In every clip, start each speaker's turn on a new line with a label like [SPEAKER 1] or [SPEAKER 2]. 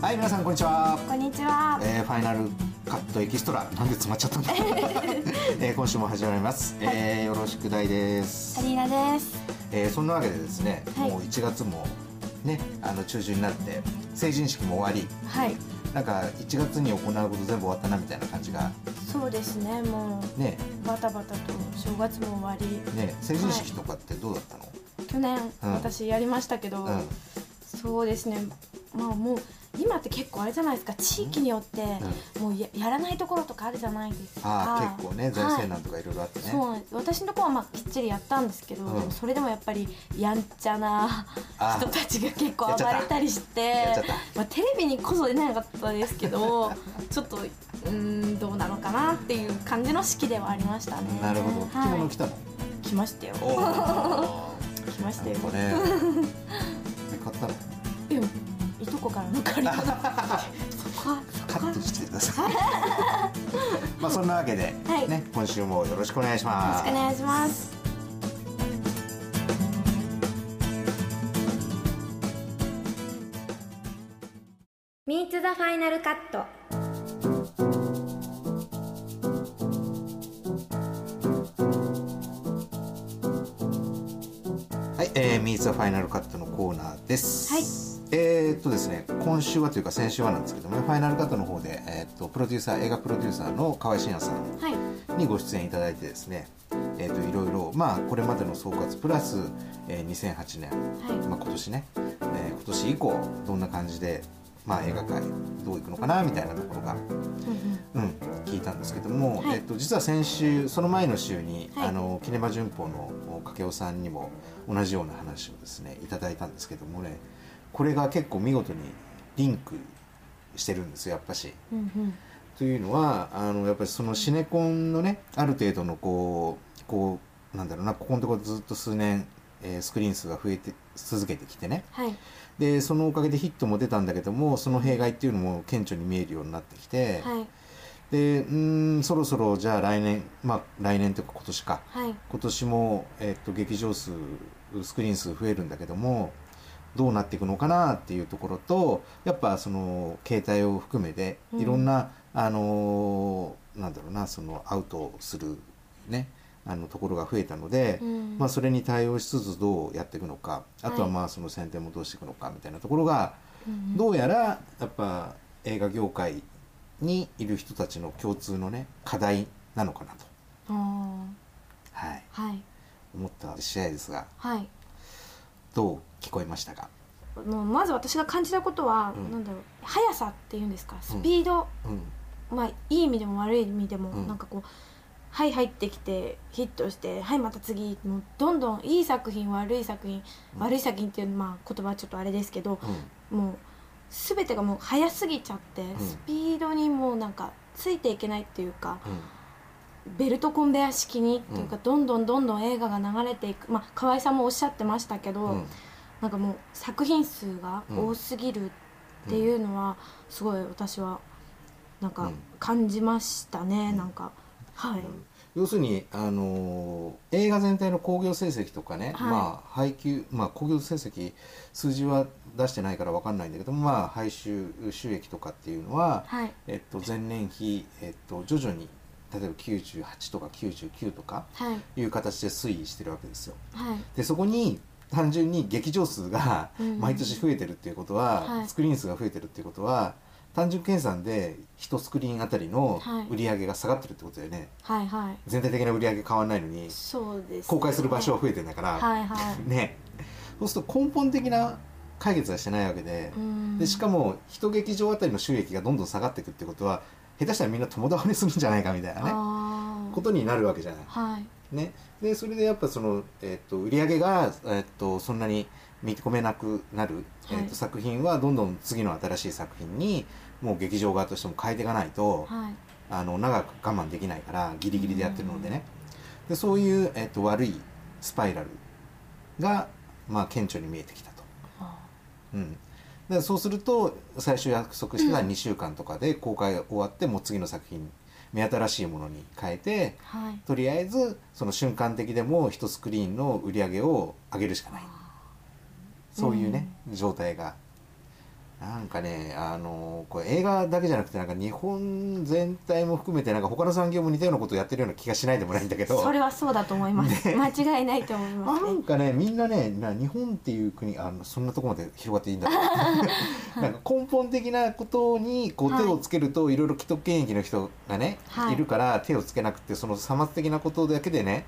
[SPEAKER 1] はい皆さんこんにちは、
[SPEAKER 2] こんにちは。
[SPEAKER 1] えーファイナルカットエキストラなんで詰まっちゃったん だ、えー今週も始まります、えーよろしく大です
[SPEAKER 2] ア、リーナです。
[SPEAKER 1] えーそんなわけでですね、
[SPEAKER 2] はい
[SPEAKER 1] もう1月もねあの中旬になって成人式も終わ
[SPEAKER 2] はい。
[SPEAKER 1] りなんか1月に行うこと全部終わったなみたいな感じが
[SPEAKER 2] そうですね。もう
[SPEAKER 1] ね
[SPEAKER 2] バタバタと正月も終わり。
[SPEAKER 1] ね成人式とかってどうだったの、
[SPEAKER 2] 去年、私やりましたけど、
[SPEAKER 1] うん
[SPEAKER 2] そうですね。まあもう今って結構あれじゃないですか。地域によって、もうややらないところとかあるじゃないですか。
[SPEAKER 1] ああ結構ね財政
[SPEAKER 2] はい
[SPEAKER 1] 難とかいろいろあってね、
[SPEAKER 2] そうなんです私のところはまあきっちりやったんですけど、
[SPEAKER 1] う
[SPEAKER 2] で
[SPEAKER 1] ん
[SPEAKER 2] もそれでもやっぱりやんちゃな
[SPEAKER 1] あ
[SPEAKER 2] 人たちが結構
[SPEAKER 1] やっちゃっ
[SPEAKER 2] 暴
[SPEAKER 1] た
[SPEAKER 2] れたりして
[SPEAKER 1] やっちゃった
[SPEAKER 2] まあ、テレビにこそ出なかったですけ どちょっとうーんどうなのかなっていう感じの式ではありましたね
[SPEAKER 1] なるほど着
[SPEAKER 2] は
[SPEAKER 1] 物
[SPEAKER 2] い
[SPEAKER 1] 着たの、
[SPEAKER 2] 来ましたよ
[SPEAKER 1] お お
[SPEAKER 2] 来ました
[SPEAKER 1] なん
[SPEAKER 2] よ
[SPEAKER 1] かねえ買ったの
[SPEAKER 2] いやいとこから抜かれ たそこはそ
[SPEAKER 1] カ
[SPEAKER 2] こは
[SPEAKER 1] ットしてください。 まあそんなわけで、
[SPEAKER 2] はい
[SPEAKER 1] ね今週もよろしくお願いしま
[SPEAKER 2] よ
[SPEAKER 1] す。
[SPEAKER 2] ろしくお願いします
[SPEAKER 3] 「ミーツ・ザ・ファイナル・カット」
[SPEAKER 1] はい、えー、ミーツファイナルカットのコーナーです。
[SPEAKER 2] はい
[SPEAKER 1] えーっとですね、今週はというか先週はなんですけどもね、ファイナルカットの方で、えーっとプロデューサー映画プロデューサーの河合慎也さん
[SPEAKER 2] はい
[SPEAKER 1] にご出演いただいてですね、えーっといろいろまあこれまでの総括プラス、えー、2008年、
[SPEAKER 2] はい
[SPEAKER 1] まあ今年ね、えー今年以降どんな感じでまあ映画界どういくのかなみたいなところが
[SPEAKER 2] うん
[SPEAKER 1] うん、聞いたんですけども、
[SPEAKER 2] はい
[SPEAKER 1] えっと、実は先週その前の週に、
[SPEAKER 2] はい
[SPEAKER 1] あのキネマ旬報の掛雄さんにも同じような話をですねいただいたんですけどもねこれが結構見事にリンクしてるんですよやっぱし。
[SPEAKER 2] うんうんうん
[SPEAKER 1] というのはあのやっぱりそのシネコンのねある程度のこうこうなんだろうなここのところずっと数年、えースクリーン数が増えて続けてきてね
[SPEAKER 2] はい
[SPEAKER 1] でそのおかげでヒットも出たんだけどもその弊害っていうのも顕著に見えるようになってきて。
[SPEAKER 2] はい
[SPEAKER 1] でうーんそろそろじゃあ来年まあ来年というか今年か
[SPEAKER 2] はい
[SPEAKER 1] 今年も、えっと劇場数スクリーン数増えるんだけどもどうなっていくのかなっていうところとやっぱその携帯を含めて
[SPEAKER 2] うん
[SPEAKER 1] いろんな、あのーなんだろうなそのアウトするねあのところが増えたので、
[SPEAKER 2] うん
[SPEAKER 1] まあ、それに対応しつつどうやっていくのかあと
[SPEAKER 2] は
[SPEAKER 1] は
[SPEAKER 2] い
[SPEAKER 1] まあその宣伝もどうしていくのかみたいなところが、
[SPEAKER 2] うんうん
[SPEAKER 1] どうやらやっぱ映画業界にいる人たちの共通のね課題なのかなと、
[SPEAKER 2] あ
[SPEAKER 1] はい、
[SPEAKER 2] ーはい
[SPEAKER 1] 思った試合ですが
[SPEAKER 2] はい
[SPEAKER 1] どう聞こえましたか、
[SPEAKER 2] もうまず私が感じたことは、
[SPEAKER 1] うん
[SPEAKER 2] なんだろう速さっていうんですかスピード、
[SPEAKER 1] うん
[SPEAKER 2] まあいい意味でも悪い意味でも、
[SPEAKER 1] うん
[SPEAKER 2] なんかこう「はい入ってきてヒットしてはいまた次」もうどんどんいい作品悪い作品、
[SPEAKER 1] うん
[SPEAKER 2] 悪い作品っていうまあ言葉はちょっとあれですけど、
[SPEAKER 1] うん
[SPEAKER 2] もう全てがもう速すぎちゃって、
[SPEAKER 1] ん
[SPEAKER 2] スピードにもうなんかついていけないっていうか
[SPEAKER 1] うん
[SPEAKER 2] ベルトコンベヤ式にっていうか、
[SPEAKER 1] う
[SPEAKER 2] どんどんどんどん映画が流れていくまあ河合さんもおっしゃってましたけど。
[SPEAKER 1] うん
[SPEAKER 2] なんかもう作品数が多すぎるっていうのはすごい私はなん
[SPEAKER 1] う
[SPEAKER 2] か
[SPEAKER 1] ん
[SPEAKER 2] 感じましたね、
[SPEAKER 1] うん
[SPEAKER 2] なんかはい、
[SPEAKER 1] 要するに、あのー映画全体の興行成績とかね、
[SPEAKER 2] はい
[SPEAKER 1] まあ配給まあ興行成績数字は出してないから分かんないんだけどまあ配収収益とかっていうのは、
[SPEAKER 2] はい
[SPEAKER 1] えっと、前年比、えっと、徐々に例えば98とか99とか
[SPEAKER 2] はい
[SPEAKER 1] いう形で推移してるわけですよ。
[SPEAKER 2] はい
[SPEAKER 1] でそこに単純に劇場数が
[SPEAKER 2] うん
[SPEAKER 1] 毎年増えてるっていうことは、
[SPEAKER 2] はい
[SPEAKER 1] スクリーン数が増えてるっていうことは単純計算で1スクリーンあたりの
[SPEAKER 2] はい
[SPEAKER 1] 売り上げが下がってるってことだよね、
[SPEAKER 2] はいはい
[SPEAKER 1] 全体的な売り上げ変わらないのに
[SPEAKER 2] そうです、
[SPEAKER 1] 公開する場所は増えてんだから、
[SPEAKER 2] はいはい
[SPEAKER 1] ねそうすると根本的な解決はしてないわけで,、
[SPEAKER 2] うん
[SPEAKER 1] でしかも1劇場あたりの収益がどんどん下がっていくってことは下手したらみんな共倒れするんじゃないかみたいなね
[SPEAKER 2] あー
[SPEAKER 1] ことになるわけじゃない。
[SPEAKER 2] はい
[SPEAKER 1] ね、でそれでやっぱその、えっと売り上げが、えっとそんなに見込めなくなる、
[SPEAKER 2] はい
[SPEAKER 1] えっと作品はどんどん次の新しい作品にもう劇場側としても変えていかないと、
[SPEAKER 2] はい
[SPEAKER 1] あの長く我慢できないからギリギリでやってるのでね、でそういう、えっと悪いスパイラルが、まあ、顕著に見えてきたと。
[SPEAKER 2] あ
[SPEAKER 1] うんでそうすると最初約束してた2週間とかで公開が終わってもう次の作品目新しいものに変えて
[SPEAKER 2] ーはい
[SPEAKER 1] とりあえずその瞬間的でも一スクリーンの売り上げを上げるしかないそういうね、状態がなんかね、あのこれ映画だけじゃなくてなんか日本全体も含めてなんか他の産業も似たようなことをやってるような気がしないでもないんだけど
[SPEAKER 2] それはそうだと思います、 間違いないと思いま
[SPEAKER 1] な
[SPEAKER 2] すね
[SPEAKER 1] んかねみんなねな日本っていう国あのそんなとこまで広がっていい んだとなんか根本的なことにこう
[SPEAKER 2] はい
[SPEAKER 1] 手をつけると、い、ろいろ既得権益の人がね、
[SPEAKER 2] はい
[SPEAKER 1] い、るから手をつけなくてそのさまつ的なことだけでね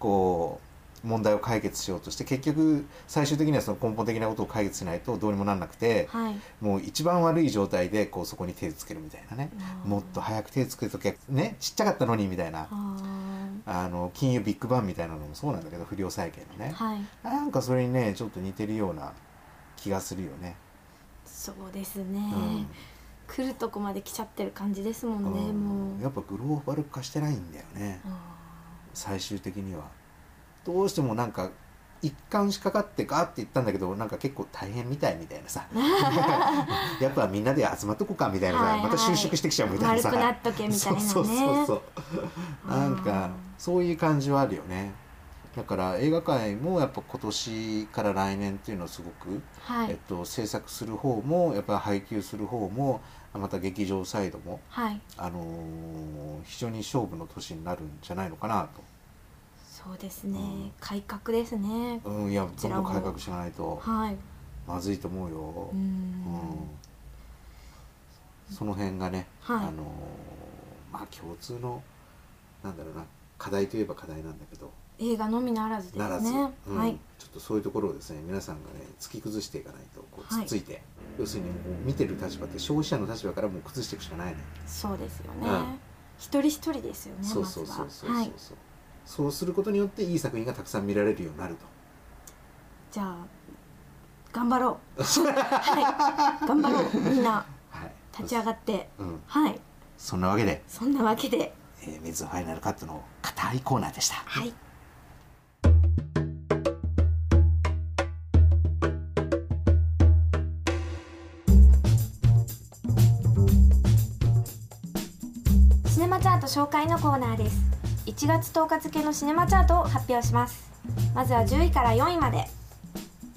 [SPEAKER 1] こう問題を解決しようとして結局最終的にはその根本的なことを解決しないとどうにもなんなくて、
[SPEAKER 2] はい
[SPEAKER 1] もう一番悪い状態でこうそこに手をつけるみたいなね、もっと早く手をつけときゃねちっちゃかったのにみたいな、
[SPEAKER 2] あ
[SPEAKER 1] あの金融ビッグバンみたいなのもそうなんだけど不良債権のね、
[SPEAKER 2] ーはい
[SPEAKER 1] なんかそれにねちょっと似てるような気がするよね。
[SPEAKER 2] そうですね、
[SPEAKER 1] うん
[SPEAKER 2] 来るとこまで来ちゃってる感じですもんね、
[SPEAKER 1] うん
[SPEAKER 2] もう
[SPEAKER 1] やっぱグローバル化してないんだよね
[SPEAKER 2] あ
[SPEAKER 1] 最終的には。どうしてもなんか一貫しかかってガーって言ったんだけどなんか結構大変みたいみたい なさやっぱみんなで集まっとこうかみたいなさ、
[SPEAKER 2] はいはい
[SPEAKER 1] また就職してきちゃうみ
[SPEAKER 2] ー
[SPEAKER 1] た
[SPEAKER 2] 丸
[SPEAKER 1] いな
[SPEAKER 2] く
[SPEAKER 1] さ
[SPEAKER 2] なっとけみたいなね
[SPEAKER 1] そうそうそうそうなん
[SPEAKER 2] あ
[SPEAKER 1] かそういう感じはあるよねだから映画界もやっぱ今年から来年っていうのはすごく
[SPEAKER 2] は
[SPEAKER 1] えっ
[SPEAKER 2] い
[SPEAKER 1] と、制作する方もやっぱり配給する方もまた劇場サイドも、
[SPEAKER 2] はい
[SPEAKER 1] あのー非常に勝負の年になるんじゃないのかな
[SPEAKER 2] そうですね、
[SPEAKER 1] うん
[SPEAKER 2] 改革ですね
[SPEAKER 1] と、うん、いや
[SPEAKER 2] ち
[SPEAKER 1] どん
[SPEAKER 2] ら
[SPEAKER 1] ど
[SPEAKER 2] も
[SPEAKER 1] ん改革しないと
[SPEAKER 2] はい
[SPEAKER 1] まずいと思うよ
[SPEAKER 2] う、ん
[SPEAKER 1] うんその辺がね、
[SPEAKER 2] はい
[SPEAKER 1] あのーまあ共通のなんだろうな課題といえば課題なんだけど
[SPEAKER 2] 映画のみならずで
[SPEAKER 1] なら
[SPEAKER 2] す
[SPEAKER 1] ず、
[SPEAKER 2] ね、
[SPEAKER 1] うん
[SPEAKER 2] はい
[SPEAKER 1] ちょっとそういうところをですね皆さんがね突き崩していかないとこう
[SPEAKER 2] は
[SPEAKER 1] つ
[SPEAKER 2] い
[SPEAKER 1] っついて、要するにもう見てる立場って消費者の立場からもう崩していくしかないね、
[SPEAKER 2] そうですよね、
[SPEAKER 1] うん
[SPEAKER 2] 一人一人ですよね
[SPEAKER 1] そうそうそう
[SPEAKER 2] まず
[SPEAKER 1] そう
[SPEAKER 2] は
[SPEAKER 1] そう
[SPEAKER 2] はい
[SPEAKER 1] そう、そうすることによっていい作品がたくさん見られるようになると
[SPEAKER 2] じゃあ頑張ろ うはい頑張ろうみんな
[SPEAKER 1] はい
[SPEAKER 2] 立ち上がって
[SPEAKER 1] うん
[SPEAKER 2] はい
[SPEAKER 1] そんなわけで、
[SPEAKER 2] そんなわけで
[SPEAKER 1] えー、水ファイナルカットの硬いコーナーでした
[SPEAKER 2] はい
[SPEAKER 3] シネマチャート紹介のコーナーです
[SPEAKER 2] 1月10日付のシネマチャートを発表しますまずは10位から4位まで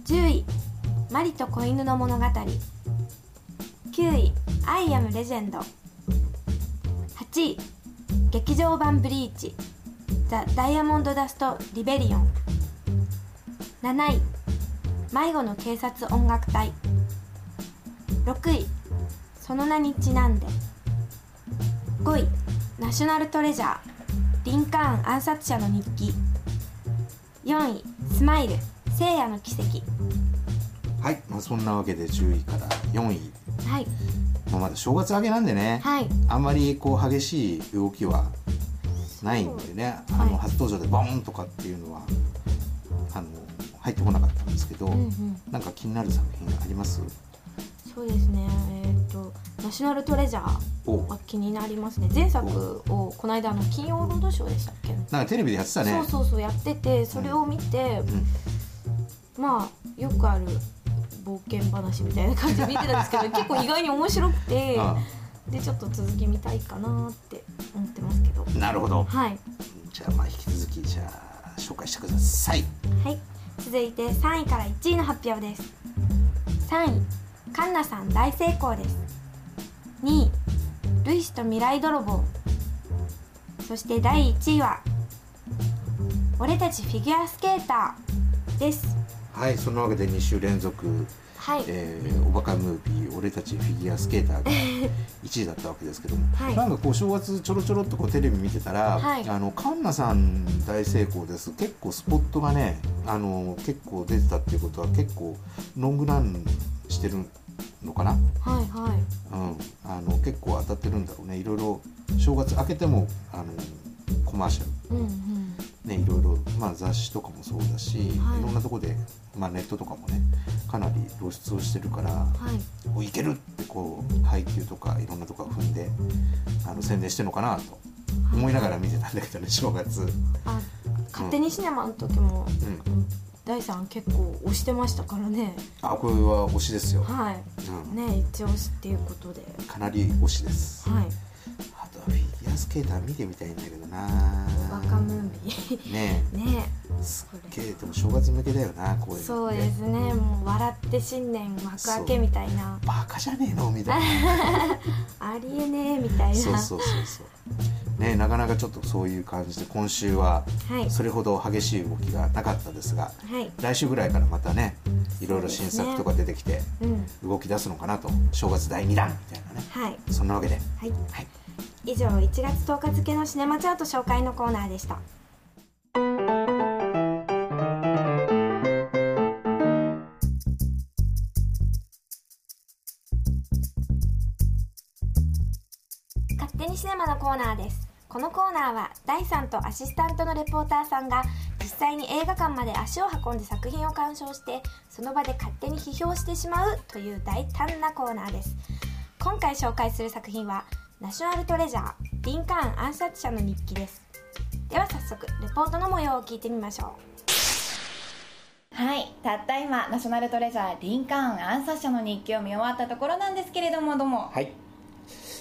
[SPEAKER 2] 10位「マリと子犬の物語」9位「アイアムレジェンド」8位「劇場版ブリーチ」「ザ・ダイヤモンド・ダスト・リベリオン」7位「迷子の警察音楽隊」6位「その名にちなんで」5位「ナショナルトレジャー」リンカーン暗殺者の日記4位スマイル聖夜の奇跡
[SPEAKER 1] はい、まあ、そんなわけで10位から4位、
[SPEAKER 2] はい
[SPEAKER 1] まあ、まだ正月明けなんでね、
[SPEAKER 2] はい
[SPEAKER 1] あんまりこう激しい動きはないんでね
[SPEAKER 2] そう
[SPEAKER 1] あ
[SPEAKER 2] は
[SPEAKER 1] の
[SPEAKER 2] い
[SPEAKER 1] 初登場でボーンとかっていうのはあの入ってこなかったんですけど、
[SPEAKER 2] うんうん
[SPEAKER 1] なんか気になる作品あります
[SPEAKER 2] そうですねえっ、とナショナルトレジャー
[SPEAKER 1] お
[SPEAKER 2] は気になりますね前作をこの間あの金曜ロードショーでしたっけ、
[SPEAKER 1] なんかテレビでやってたね
[SPEAKER 2] そうそうそうやっててそれを見て、まあよくある冒険話みたいな感じで見てたん ですけど結構意外に面白くて
[SPEAKER 1] あ
[SPEAKER 2] でちょっと続き見たいかなって思ってますけど
[SPEAKER 1] あなるほど
[SPEAKER 2] はい
[SPEAKER 1] じゃあまあ引き続きじゃあ紹介してください
[SPEAKER 3] はい続いて3位から1位の発表です
[SPEAKER 2] 3位カンナさん大成功です2位ルイスと未来泥棒そして第1位は俺たちフィギュアスケーターです
[SPEAKER 1] はいそんなわけで2週連続、
[SPEAKER 2] はい
[SPEAKER 1] えー、おバカムービー「俺たちフィギュアスケーター」が 1位だったわけですけども、
[SPEAKER 2] はい
[SPEAKER 1] なんかこう正月ちょろちょろっとこうテレビ見てたら、
[SPEAKER 2] はい
[SPEAKER 1] あのカンナさん大成功です結構スポットがねあの結構出てたっていうことは結構ロングランしてるのかな、
[SPEAKER 2] はいは
[SPEAKER 1] うん、あの結構当たってるんだろうねいろいろ正月明けてもあのコマーシャ
[SPEAKER 2] い
[SPEAKER 1] ル
[SPEAKER 2] うんうん
[SPEAKER 1] ね、いろいろ、まあ、雑誌とかもそうだし、
[SPEAKER 2] はい
[SPEAKER 1] い、ろんなとこで、まあ、ネットとかもねかなり露出をしてるから
[SPEAKER 2] はい
[SPEAKER 1] おいけるってこう配給とかいろんなとこが踏んであの宣伝してるのかなと思いながら見てたんだけどね正月、う
[SPEAKER 2] あ勝手にシネマの時も
[SPEAKER 1] ん、
[SPEAKER 2] 大さん結構押してましたからね
[SPEAKER 1] あこれは推しですよ、
[SPEAKER 2] はい
[SPEAKER 1] うん
[SPEAKER 2] ね一押しっていうことで
[SPEAKER 1] かなり推しです
[SPEAKER 2] はい
[SPEAKER 1] あとはフィギュアスケーター見てみたいんだけどな
[SPEAKER 2] バカムービー
[SPEAKER 1] ね
[SPEAKER 2] ね
[SPEAKER 1] すっげえでも正月向けだよなこういうのって
[SPEAKER 2] そうですねもう笑って新年幕開けみたいな
[SPEAKER 1] バカじゃねえのみたい
[SPEAKER 2] ありえねえみたいな
[SPEAKER 1] なそうそうそうそうねなかなかちょっとそういう感じで今週は
[SPEAKER 2] はい
[SPEAKER 1] それほど激しい動きがなかったですが
[SPEAKER 2] はい
[SPEAKER 1] 来週ぐらいからまたねいろいろ新作とか出てきて
[SPEAKER 2] うん
[SPEAKER 1] 動き出すのかなと正月第2弾みたいなね
[SPEAKER 2] はい
[SPEAKER 1] そんなわけで
[SPEAKER 2] はい
[SPEAKER 1] はい
[SPEAKER 2] 以上1月10日付のシネマチャート紹介のコーナーでした勝手にシネマのコーナーですこのコーナーは第3とアシスタントのレポーターさんが実際に映画館まで足を運んで作品を鑑賞してその場で勝手に批評してしまうという大胆なコーナーです今回紹介する作品はナショナルトレジャーリンカーン暗殺者の日記ですでは早速レポートの模様を聞いてみましょ
[SPEAKER 4] はい、たった今ナショナルトレジャーリンカーン暗殺者の日記を見終わったところなんですけれどもどうも
[SPEAKER 1] はい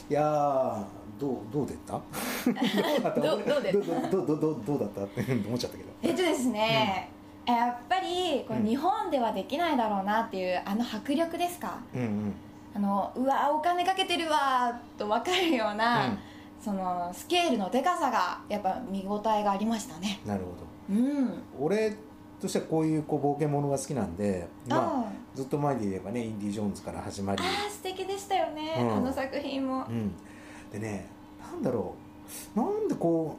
[SPEAKER 1] いやーどうどうでったど
[SPEAKER 4] どうでった
[SPEAKER 1] どうどうどうどうだったって思っちゃったけど
[SPEAKER 4] えっとですね、やっぱり
[SPEAKER 1] う
[SPEAKER 4] こ
[SPEAKER 1] ん
[SPEAKER 4] う日本ではできないだろうなっていうあの迫力ですか
[SPEAKER 1] うんうん
[SPEAKER 4] あのうわお金かけてるわーと分かるような、
[SPEAKER 1] うん
[SPEAKER 4] そのスケールのでかさがやっぱ見応えがありましたね
[SPEAKER 1] なるほど
[SPEAKER 4] うん
[SPEAKER 1] 俺としてはこういうこう冒険ものが好きなんで、まあ、
[SPEAKER 4] あ
[SPEAKER 1] ずっと前で言えばね「インディ・ジョーンズ」から始ま
[SPEAKER 4] ー
[SPEAKER 1] り、
[SPEAKER 4] あー素敵でしたよね、
[SPEAKER 1] うん
[SPEAKER 4] あの作品も
[SPEAKER 1] うん、でねなんだろうなんでこ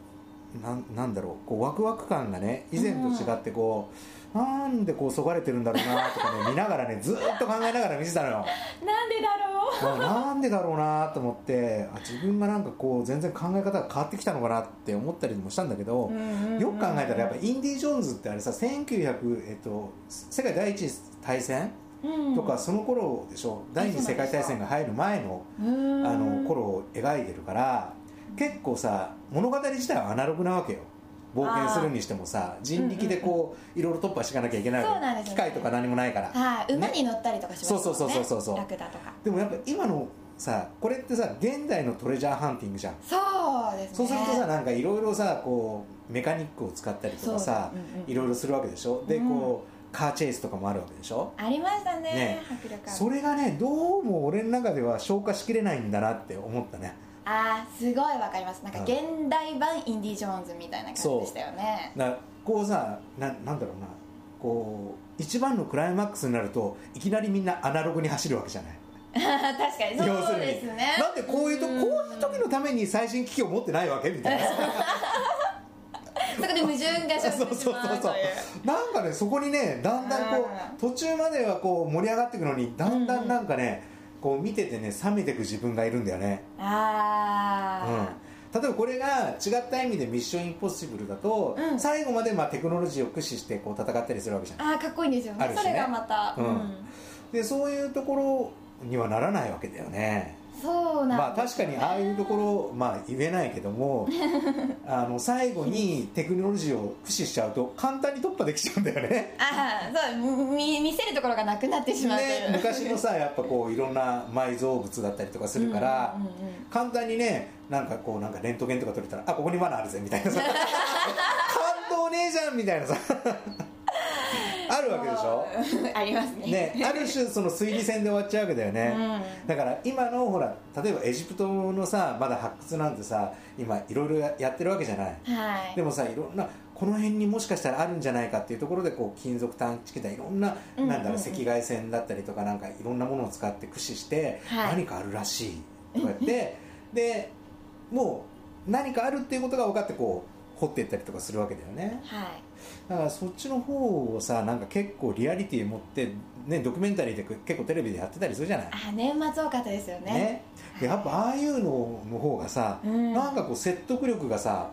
[SPEAKER 1] うなんなんだろうこうワクワク感がね以前と違ってこう、なんでこうそがれてるんだろうなとかね 見ながらねずーっと考えながら見てたのよ
[SPEAKER 4] なんでだろ
[SPEAKER 1] あなんでだろうなと思ってあ自分がなんかこう全然考え方が変わってきたのかなって思ったりもしたんだけど、
[SPEAKER 4] う、うんうん
[SPEAKER 1] よく考えたらやっぱインディ・ジョーンズってあれさ1900、えっと、世界第一次大戦
[SPEAKER 4] うん
[SPEAKER 1] とかその頃でしょ、第二次世界大戦が入る前の
[SPEAKER 4] うん
[SPEAKER 1] あの頃を描いてるから結構さ物語自体はアナログなわけよ冒険するにしてもさ人力でこういろいろ突破していかなきゃいけないわけ
[SPEAKER 4] そうなんです
[SPEAKER 1] 機
[SPEAKER 4] よね
[SPEAKER 1] 械とか何もないから、
[SPEAKER 4] はい、
[SPEAKER 1] ね
[SPEAKER 4] 馬に乗ったりとかしますもんね
[SPEAKER 1] そうそうそうそうそう
[SPEAKER 4] ラクダとか
[SPEAKER 1] でもやっぱ今のさこれってさ現代のトレジャーハンティングじゃん
[SPEAKER 4] そうですね
[SPEAKER 1] そうするとさなんかいろいろさこうメカニックを使ったりとかさ
[SPEAKER 4] そううんうん
[SPEAKER 1] いろいろするわけでしょで
[SPEAKER 4] うん
[SPEAKER 1] こうカーチェイスとかもあるわけでしょ
[SPEAKER 4] ありましたね
[SPEAKER 1] ね
[SPEAKER 4] 迫力ある
[SPEAKER 1] それがねどうも俺の中では消化しきれないんだなって思ったね
[SPEAKER 4] あーすごいわかりますなんか
[SPEAKER 1] うん
[SPEAKER 4] 現代版インディ・ジョーンズみたいな感じでしたよね
[SPEAKER 1] だからこうさななんだろうなこう一番のクライマックスになるといきなりみんなアナログに走るわけじゃない
[SPEAKER 4] 確かにそうですね
[SPEAKER 1] だってこういうとこういう時のために最新機器を持ってないわけみたい なさ
[SPEAKER 4] そこで矛盾が生
[SPEAKER 1] そう
[SPEAKER 4] じて
[SPEAKER 1] そ
[SPEAKER 4] し
[SPEAKER 1] う
[SPEAKER 4] まう
[SPEAKER 1] そ
[SPEAKER 4] というう
[SPEAKER 1] そうなんかねそこにねだんだんこ
[SPEAKER 4] あ
[SPEAKER 1] う途中まではこう盛り上がっていくのにだんだんなんかね、こう見ててね冷めていく自分がいるんだよね
[SPEAKER 4] あ
[SPEAKER 1] うん、例えばこれが違った意味で「ミッションインポッシブル」だと、
[SPEAKER 4] うん
[SPEAKER 1] 最後までまあテクノロジーを駆使してこう戦ったりするわけじゃん
[SPEAKER 4] ー、あーかっこいいんですよ
[SPEAKER 1] あ
[SPEAKER 4] ね
[SPEAKER 1] るしね
[SPEAKER 4] それがまた、
[SPEAKER 1] うんでそういうところにはならないわけだよね
[SPEAKER 4] そう
[SPEAKER 1] ま
[SPEAKER 4] な
[SPEAKER 1] あ
[SPEAKER 4] んです、
[SPEAKER 1] 確かにああいうところまあ言えないけども あの最後にテクノロジーを駆使しちゃうと簡単に突破できちゃうんだよね
[SPEAKER 4] ああーそうみ見せるところがなくなってしまうという、
[SPEAKER 1] ね昔のさやっぱこういろんな埋蔵物だったりとかするから、
[SPEAKER 4] うんうんうんうん
[SPEAKER 1] 簡単にねなんかこうなんかレントゲンとか取れたらあここに罠あるぜみたいな さ感動ねえじゃんみたいなさあるわけでしょ
[SPEAKER 4] ありますね
[SPEAKER 1] ね、ある種その推理戦で終わっちゃうわけだよね、
[SPEAKER 4] う
[SPEAKER 1] だから今のほら例えばエジプトのさまだ発掘なんてさ今いろいろやってるわけじゃない
[SPEAKER 4] はい
[SPEAKER 1] でもさいろんなこの辺にもしかしたらあるんじゃないかっていうところでこう金属探知機だいろんな,、
[SPEAKER 4] うんうん
[SPEAKER 1] なんだろう赤外線だったりとかなんかいろんなものを使って駆使して、
[SPEAKER 4] はい
[SPEAKER 1] 何かあるらしいとかやってでもう何かあるっていうことが分かってこう掘っていったりとかするわけだよね
[SPEAKER 4] はい
[SPEAKER 1] だからそっちの方をさなんか結構リアリティ持って、ね、ドキュメンタリーで結構テレビでやってたりするじゃない
[SPEAKER 4] あ年末多かったですよね
[SPEAKER 1] ねでやっぱああいうのの方がさ、
[SPEAKER 4] うん
[SPEAKER 1] なんかこう説得力がさ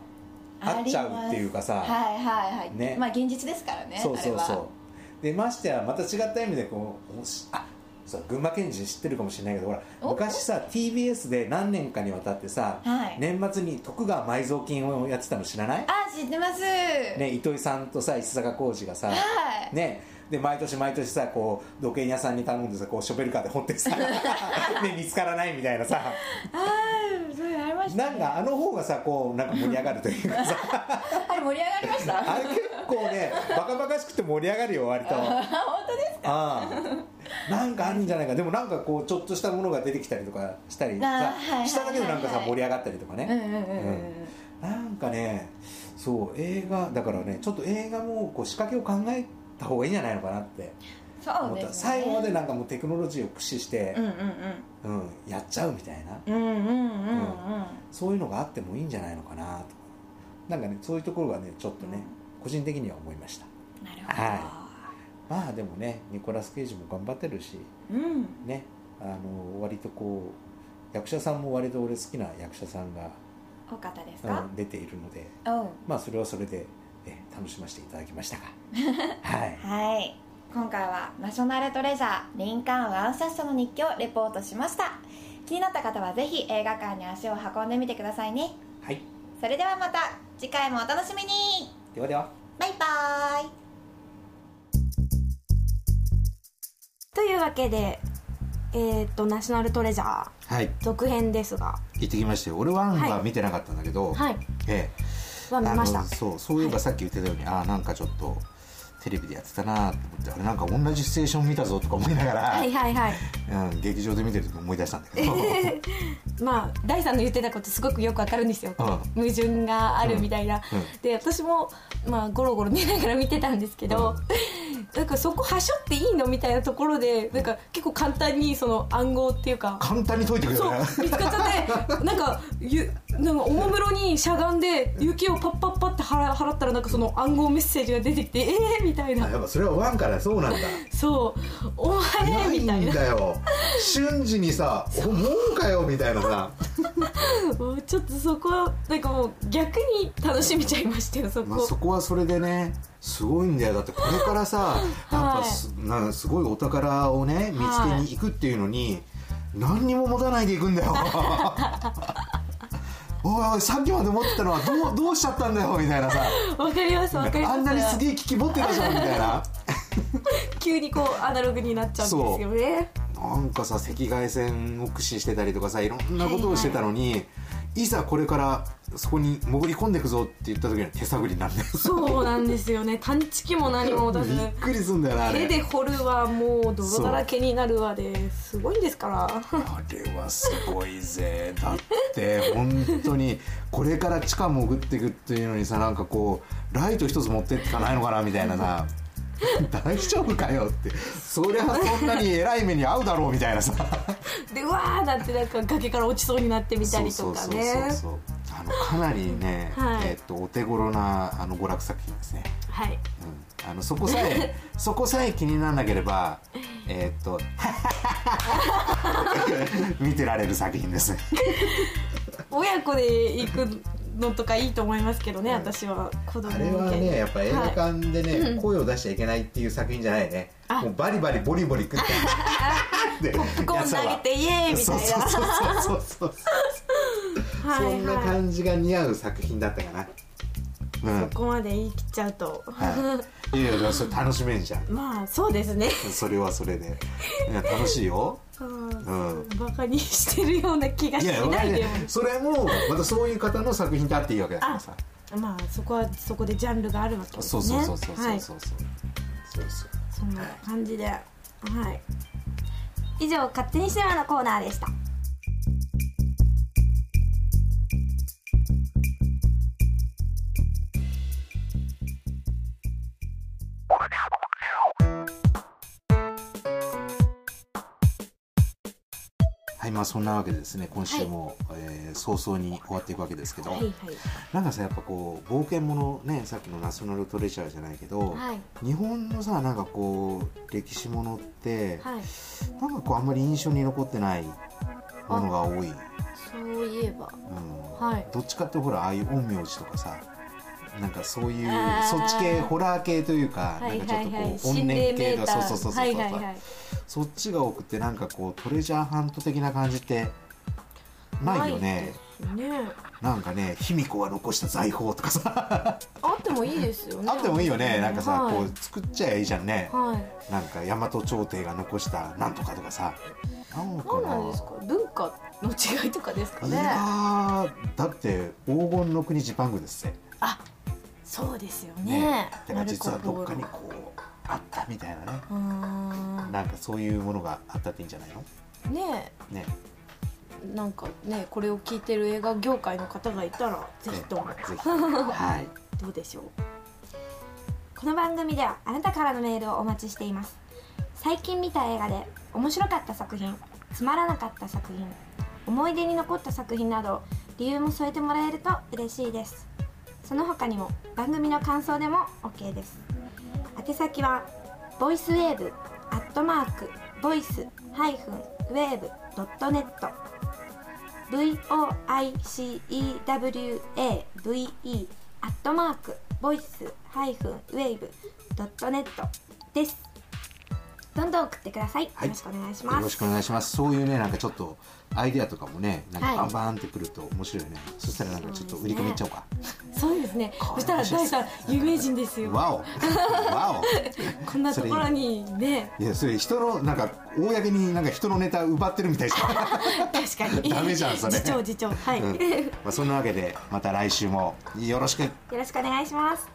[SPEAKER 1] 合っちゃうっていうかさ、
[SPEAKER 4] はいはいはい、
[SPEAKER 1] ね
[SPEAKER 4] まあ現実ですからね
[SPEAKER 1] そうそう
[SPEAKER 4] あれは
[SPEAKER 1] そうでましてやまた違った意味でこうおしあそう群馬県人知ってるかもしれないけどほら
[SPEAKER 4] お
[SPEAKER 1] 昔さ TBS で何年かにわたってさ、
[SPEAKER 4] はい
[SPEAKER 1] 年末に徳川埋蔵金をやってたの知らない、
[SPEAKER 4] あ知ってます、
[SPEAKER 1] ね、糸井さんとさ石坂浩二がさ、
[SPEAKER 4] はい、
[SPEAKER 1] ねで毎年毎年さこう土建屋さんに頼んでさこうショベルカーで掘って さ、ね、見つからないみたいなさ
[SPEAKER 4] ああそうやりました
[SPEAKER 1] なん
[SPEAKER 4] ね
[SPEAKER 1] かあの方がさこうなんか盛り上がるというかさ
[SPEAKER 4] あれ盛り上がりました
[SPEAKER 1] あれ結構ねバカバカしくて盛り上がるよ割とあ
[SPEAKER 4] 本当です
[SPEAKER 1] あなんかあるんじゃないかでもなんかこうちょっとしたものが出てきたりとかしたりさ
[SPEAKER 4] あーはい
[SPEAKER 1] しただけでなんかさ
[SPEAKER 4] はいはいはい
[SPEAKER 1] 盛り上がったりとかね、
[SPEAKER 4] うんうんうんうん
[SPEAKER 1] なんかねそう映画だからねちょっと映画もこう仕掛けを考えた方がいいんじゃないのかなって
[SPEAKER 4] そ
[SPEAKER 1] 思
[SPEAKER 4] う
[SPEAKER 1] っ
[SPEAKER 4] で
[SPEAKER 1] た、
[SPEAKER 4] すね
[SPEAKER 1] 最後までなんかもうテクノロジーを駆使して
[SPEAKER 4] うん、うん
[SPEAKER 1] うんやっちゃうみたいな
[SPEAKER 4] うんうんうんうんうん
[SPEAKER 1] そういうのがあってもいいんじゃないのかなとかなんかねそういうところがねちょっとね、個人的には思いました
[SPEAKER 4] なるほど、
[SPEAKER 1] はまあでもねニコラス・ケイジも頑張ってるし
[SPEAKER 4] うん
[SPEAKER 1] ねあの割とこう役者さんも割と俺好きな役者さんが、
[SPEAKER 4] 多かったです
[SPEAKER 1] う
[SPEAKER 4] か、
[SPEAKER 1] ん、出ているので
[SPEAKER 4] おう
[SPEAKER 1] まあそれはそれで、ね、楽しませていただきまし たがはい
[SPEAKER 4] はい今回はナショナルトレジャーリンカーンアンサッショの日記をレポートしました気になった方はぜひ映画館に足を運んでみてくださいね
[SPEAKER 1] はい
[SPEAKER 4] それではまた次回もお楽しみに
[SPEAKER 1] ではでは
[SPEAKER 4] バイバーイ
[SPEAKER 2] というわけでえっとナショナルトレジャー
[SPEAKER 1] はい
[SPEAKER 2] 続編ですが
[SPEAKER 1] 行ってきましたよ俺ワン
[SPEAKER 2] は
[SPEAKER 1] は見てなかったんだけど、
[SPEAKER 2] はい
[SPEAKER 1] え
[SPEAKER 2] は
[SPEAKER 1] え
[SPEAKER 2] 見ました
[SPEAKER 1] あのそうそういえばさっき言ってたように、ああなんかちょっとテレビでやってたなと思ってあれなんか同じステーション見たぞとか思いながら、
[SPEAKER 2] はいはいはい
[SPEAKER 1] うん、劇場で見てる時思い出したんだけど
[SPEAKER 2] まあ大さんの言ってたことすごくよくわかるんですよ、
[SPEAKER 1] うん
[SPEAKER 2] 矛盾があるみたいな、
[SPEAKER 1] うんうん
[SPEAKER 2] で私もまあゴロゴロ見ながら見てたんですけど、なんかそこはしょっていいのみたいなところでなんか結構簡単にその暗号っていうか
[SPEAKER 1] 簡単に解いてくれる
[SPEAKER 2] そう
[SPEAKER 1] ね
[SPEAKER 2] 見つかっちゃってなんかゆなんかおもむろにしゃがんで雪をパッパッパって払払ったらなんかその暗号メッセージが出てきてええー、みたい
[SPEAKER 1] あ
[SPEAKER 2] な
[SPEAKER 1] やっぱそれはワンからそうなんだ
[SPEAKER 2] そうお
[SPEAKER 1] な
[SPEAKER 2] 前
[SPEAKER 1] い
[SPEAKER 2] み
[SPEAKER 1] ん
[SPEAKER 2] たいな
[SPEAKER 1] だよ瞬時にさ「おもうかよ」みたいなさ
[SPEAKER 2] も うちょっとそこはなんかもう逆に楽しみちゃいましたよそこ、
[SPEAKER 1] まあ、そこはそれでねすごいんだよだってこれからさやっぱす,、なんかすごいお宝をね見つけに行くっていうのに、何にも持たないで行くん だよおいおいさっきまで持ってたのは どうどうしちゃったんだよみたいなさ
[SPEAKER 2] わかりますわかります
[SPEAKER 1] あんなにすげえ機器持ってたじゃんみた いな
[SPEAKER 2] 急にこうアナログになっちゃうんですよね
[SPEAKER 1] なんかさ赤外線を駆使してたりとかさいろんなことをしてたのに、いざこれからそこに潜り込んでいくぞって言った時には手探りなんだよ
[SPEAKER 2] そうなんですよ ね探知機も何も
[SPEAKER 1] び
[SPEAKER 2] 出ず
[SPEAKER 1] っくりすんだよなあれ
[SPEAKER 2] 手で掘るはもう泥だらけになるわですごいんですから
[SPEAKER 1] あれはすごいぜだって本当にこれから地下潜っていくっていうのにさなんかこうライト一つ持ってってかないのかなみたいなさ大丈夫かよってそりゃそんなに偉い目に遭うだろうみたいなさ
[SPEAKER 2] でうわーだってなんか崖から落ちそうになってみたりとかね
[SPEAKER 1] うあのかなりね、
[SPEAKER 2] はい
[SPEAKER 1] えっとお手頃なあの娯楽作品ですね、
[SPEAKER 2] はい
[SPEAKER 1] うん、あのそこさ えそこさえ気にならなければえっと 見てられる作品です
[SPEAKER 2] 親子で行くのとかいいと思いますけどね、私は子供
[SPEAKER 1] あれは
[SPEAKER 2] 向けに
[SPEAKER 1] ねやっぱ映画館でね、声を出しちゃいけないっていう作品じゃないね
[SPEAKER 2] あ
[SPEAKER 1] もうバリバリボリボリ食っ てポップ
[SPEAKER 2] コーン投げてイエーイみたいな
[SPEAKER 1] そうそうそうそうそう
[SPEAKER 2] はい
[SPEAKER 1] そんな
[SPEAKER 2] はい
[SPEAKER 1] 感じが似合う作品だったかなう
[SPEAKER 2] こ
[SPEAKER 1] ん
[SPEAKER 2] こまで言い切っちゃうと、
[SPEAKER 1] はい、いやいやそれ楽しめんじゃん
[SPEAKER 2] まあそうですね
[SPEAKER 1] それはそれでいや楽しいよ
[SPEAKER 2] うんバカにしてるような気が
[SPEAKER 1] い
[SPEAKER 2] し
[SPEAKER 1] や
[SPEAKER 2] な
[SPEAKER 1] わ
[SPEAKER 2] い
[SPEAKER 1] かん
[SPEAKER 2] でも
[SPEAKER 1] ないそれもまたそういう方の作品だっていいわけだからさ
[SPEAKER 2] まあそこはそこでジャンルがあるわけです
[SPEAKER 1] そう
[SPEAKER 2] ね
[SPEAKER 1] そうそうそうそ
[SPEAKER 2] は
[SPEAKER 1] う
[SPEAKER 2] い
[SPEAKER 1] そうそうそう
[SPEAKER 2] そんな感じではい
[SPEAKER 3] 以上勝手にシネマのコーナーでした
[SPEAKER 1] はいまあそんなわけでですね今週も、えー早々に終わっていくわけですけど、
[SPEAKER 2] はいはい
[SPEAKER 1] なんかさやっぱこう冒険ものねさっきのナショナルトレジャーじゃないけど、
[SPEAKER 2] はい
[SPEAKER 1] 日本のさなんかこう歴史ものって、
[SPEAKER 2] はい
[SPEAKER 1] なんかこうあんまり印象に残ってないものが多い、うん
[SPEAKER 2] そういえばはい
[SPEAKER 1] どっちかってほらああいう陰陽師とかさなんかそういう
[SPEAKER 2] あー
[SPEAKER 1] そっち系ホラー系というか、
[SPEAKER 2] はい
[SPEAKER 1] なんか
[SPEAKER 2] は
[SPEAKER 1] ち
[SPEAKER 2] い
[SPEAKER 1] ょっと
[SPEAKER 2] はい
[SPEAKER 1] こう怨念系とかそうそうそうそうそう、
[SPEAKER 2] はいはいはい
[SPEAKER 1] そっちが多くてなんかこうトレジャーハント的な感じってないよね
[SPEAKER 2] ないですね
[SPEAKER 1] なんかね卑弥呼は残した財宝と かさ
[SPEAKER 2] あってもいいですよね
[SPEAKER 1] あってもいいよねなんかさ、
[SPEAKER 2] はい
[SPEAKER 1] こう作っちゃえばいいじゃんね、
[SPEAKER 2] はい
[SPEAKER 1] なんか大和朝廷が残したなんとかとかさなんか
[SPEAKER 2] 何
[SPEAKER 1] な
[SPEAKER 2] なんですか文化の違いとかですか
[SPEAKER 1] い
[SPEAKER 2] ね
[SPEAKER 1] やーだって黄金の国ジパングですね
[SPEAKER 2] あそうですよね
[SPEAKER 1] だから実はどっかにこうあったみたいなね
[SPEAKER 2] うーん
[SPEAKER 1] なんかそういうものがあったっていいんじゃないの
[SPEAKER 2] ね
[SPEAKER 1] ね
[SPEAKER 2] えなんかねこれを聞いてる映画業界の方がいたらぜひとも
[SPEAKER 1] ねぜひはい
[SPEAKER 2] どうでしょう
[SPEAKER 3] この番組ではあなたからのメールをお待ちしています最近見た映画で面白かった作品つまらなかった作品思い出に残った作品など理由も添えてもらえると嬉しいですその他にも番組の感想でも OK です宛先はボイスウェーブアットマークボイスハイフンウェーブドットネット voicewave アットマークボイスハイフンウェーブドットネットですどんどん送ってください、
[SPEAKER 1] はい
[SPEAKER 3] よろしくお願いし
[SPEAKER 1] よ
[SPEAKER 3] ま
[SPEAKER 1] ろ
[SPEAKER 3] す
[SPEAKER 1] しくお願いしますそういうねなんかちょっとアイデアとかもねなんかバンバンってくると面白いよね、そしたらなんかちょっと売り込みいっちゃおうか
[SPEAKER 2] そうですね
[SPEAKER 1] こ
[SPEAKER 2] そ
[SPEAKER 1] れ
[SPEAKER 2] したら大さん有名人ですよ
[SPEAKER 1] わおわ
[SPEAKER 2] こんなところにね
[SPEAKER 1] おいやそれ人のなんか公になんか人のネタ奪ってるみたいじゃん
[SPEAKER 2] 確かに
[SPEAKER 1] ダメじゃん それ
[SPEAKER 2] 次長次長はい、
[SPEAKER 1] うんまあそんなわけでまた来週もよろしく
[SPEAKER 3] よろしくお願いします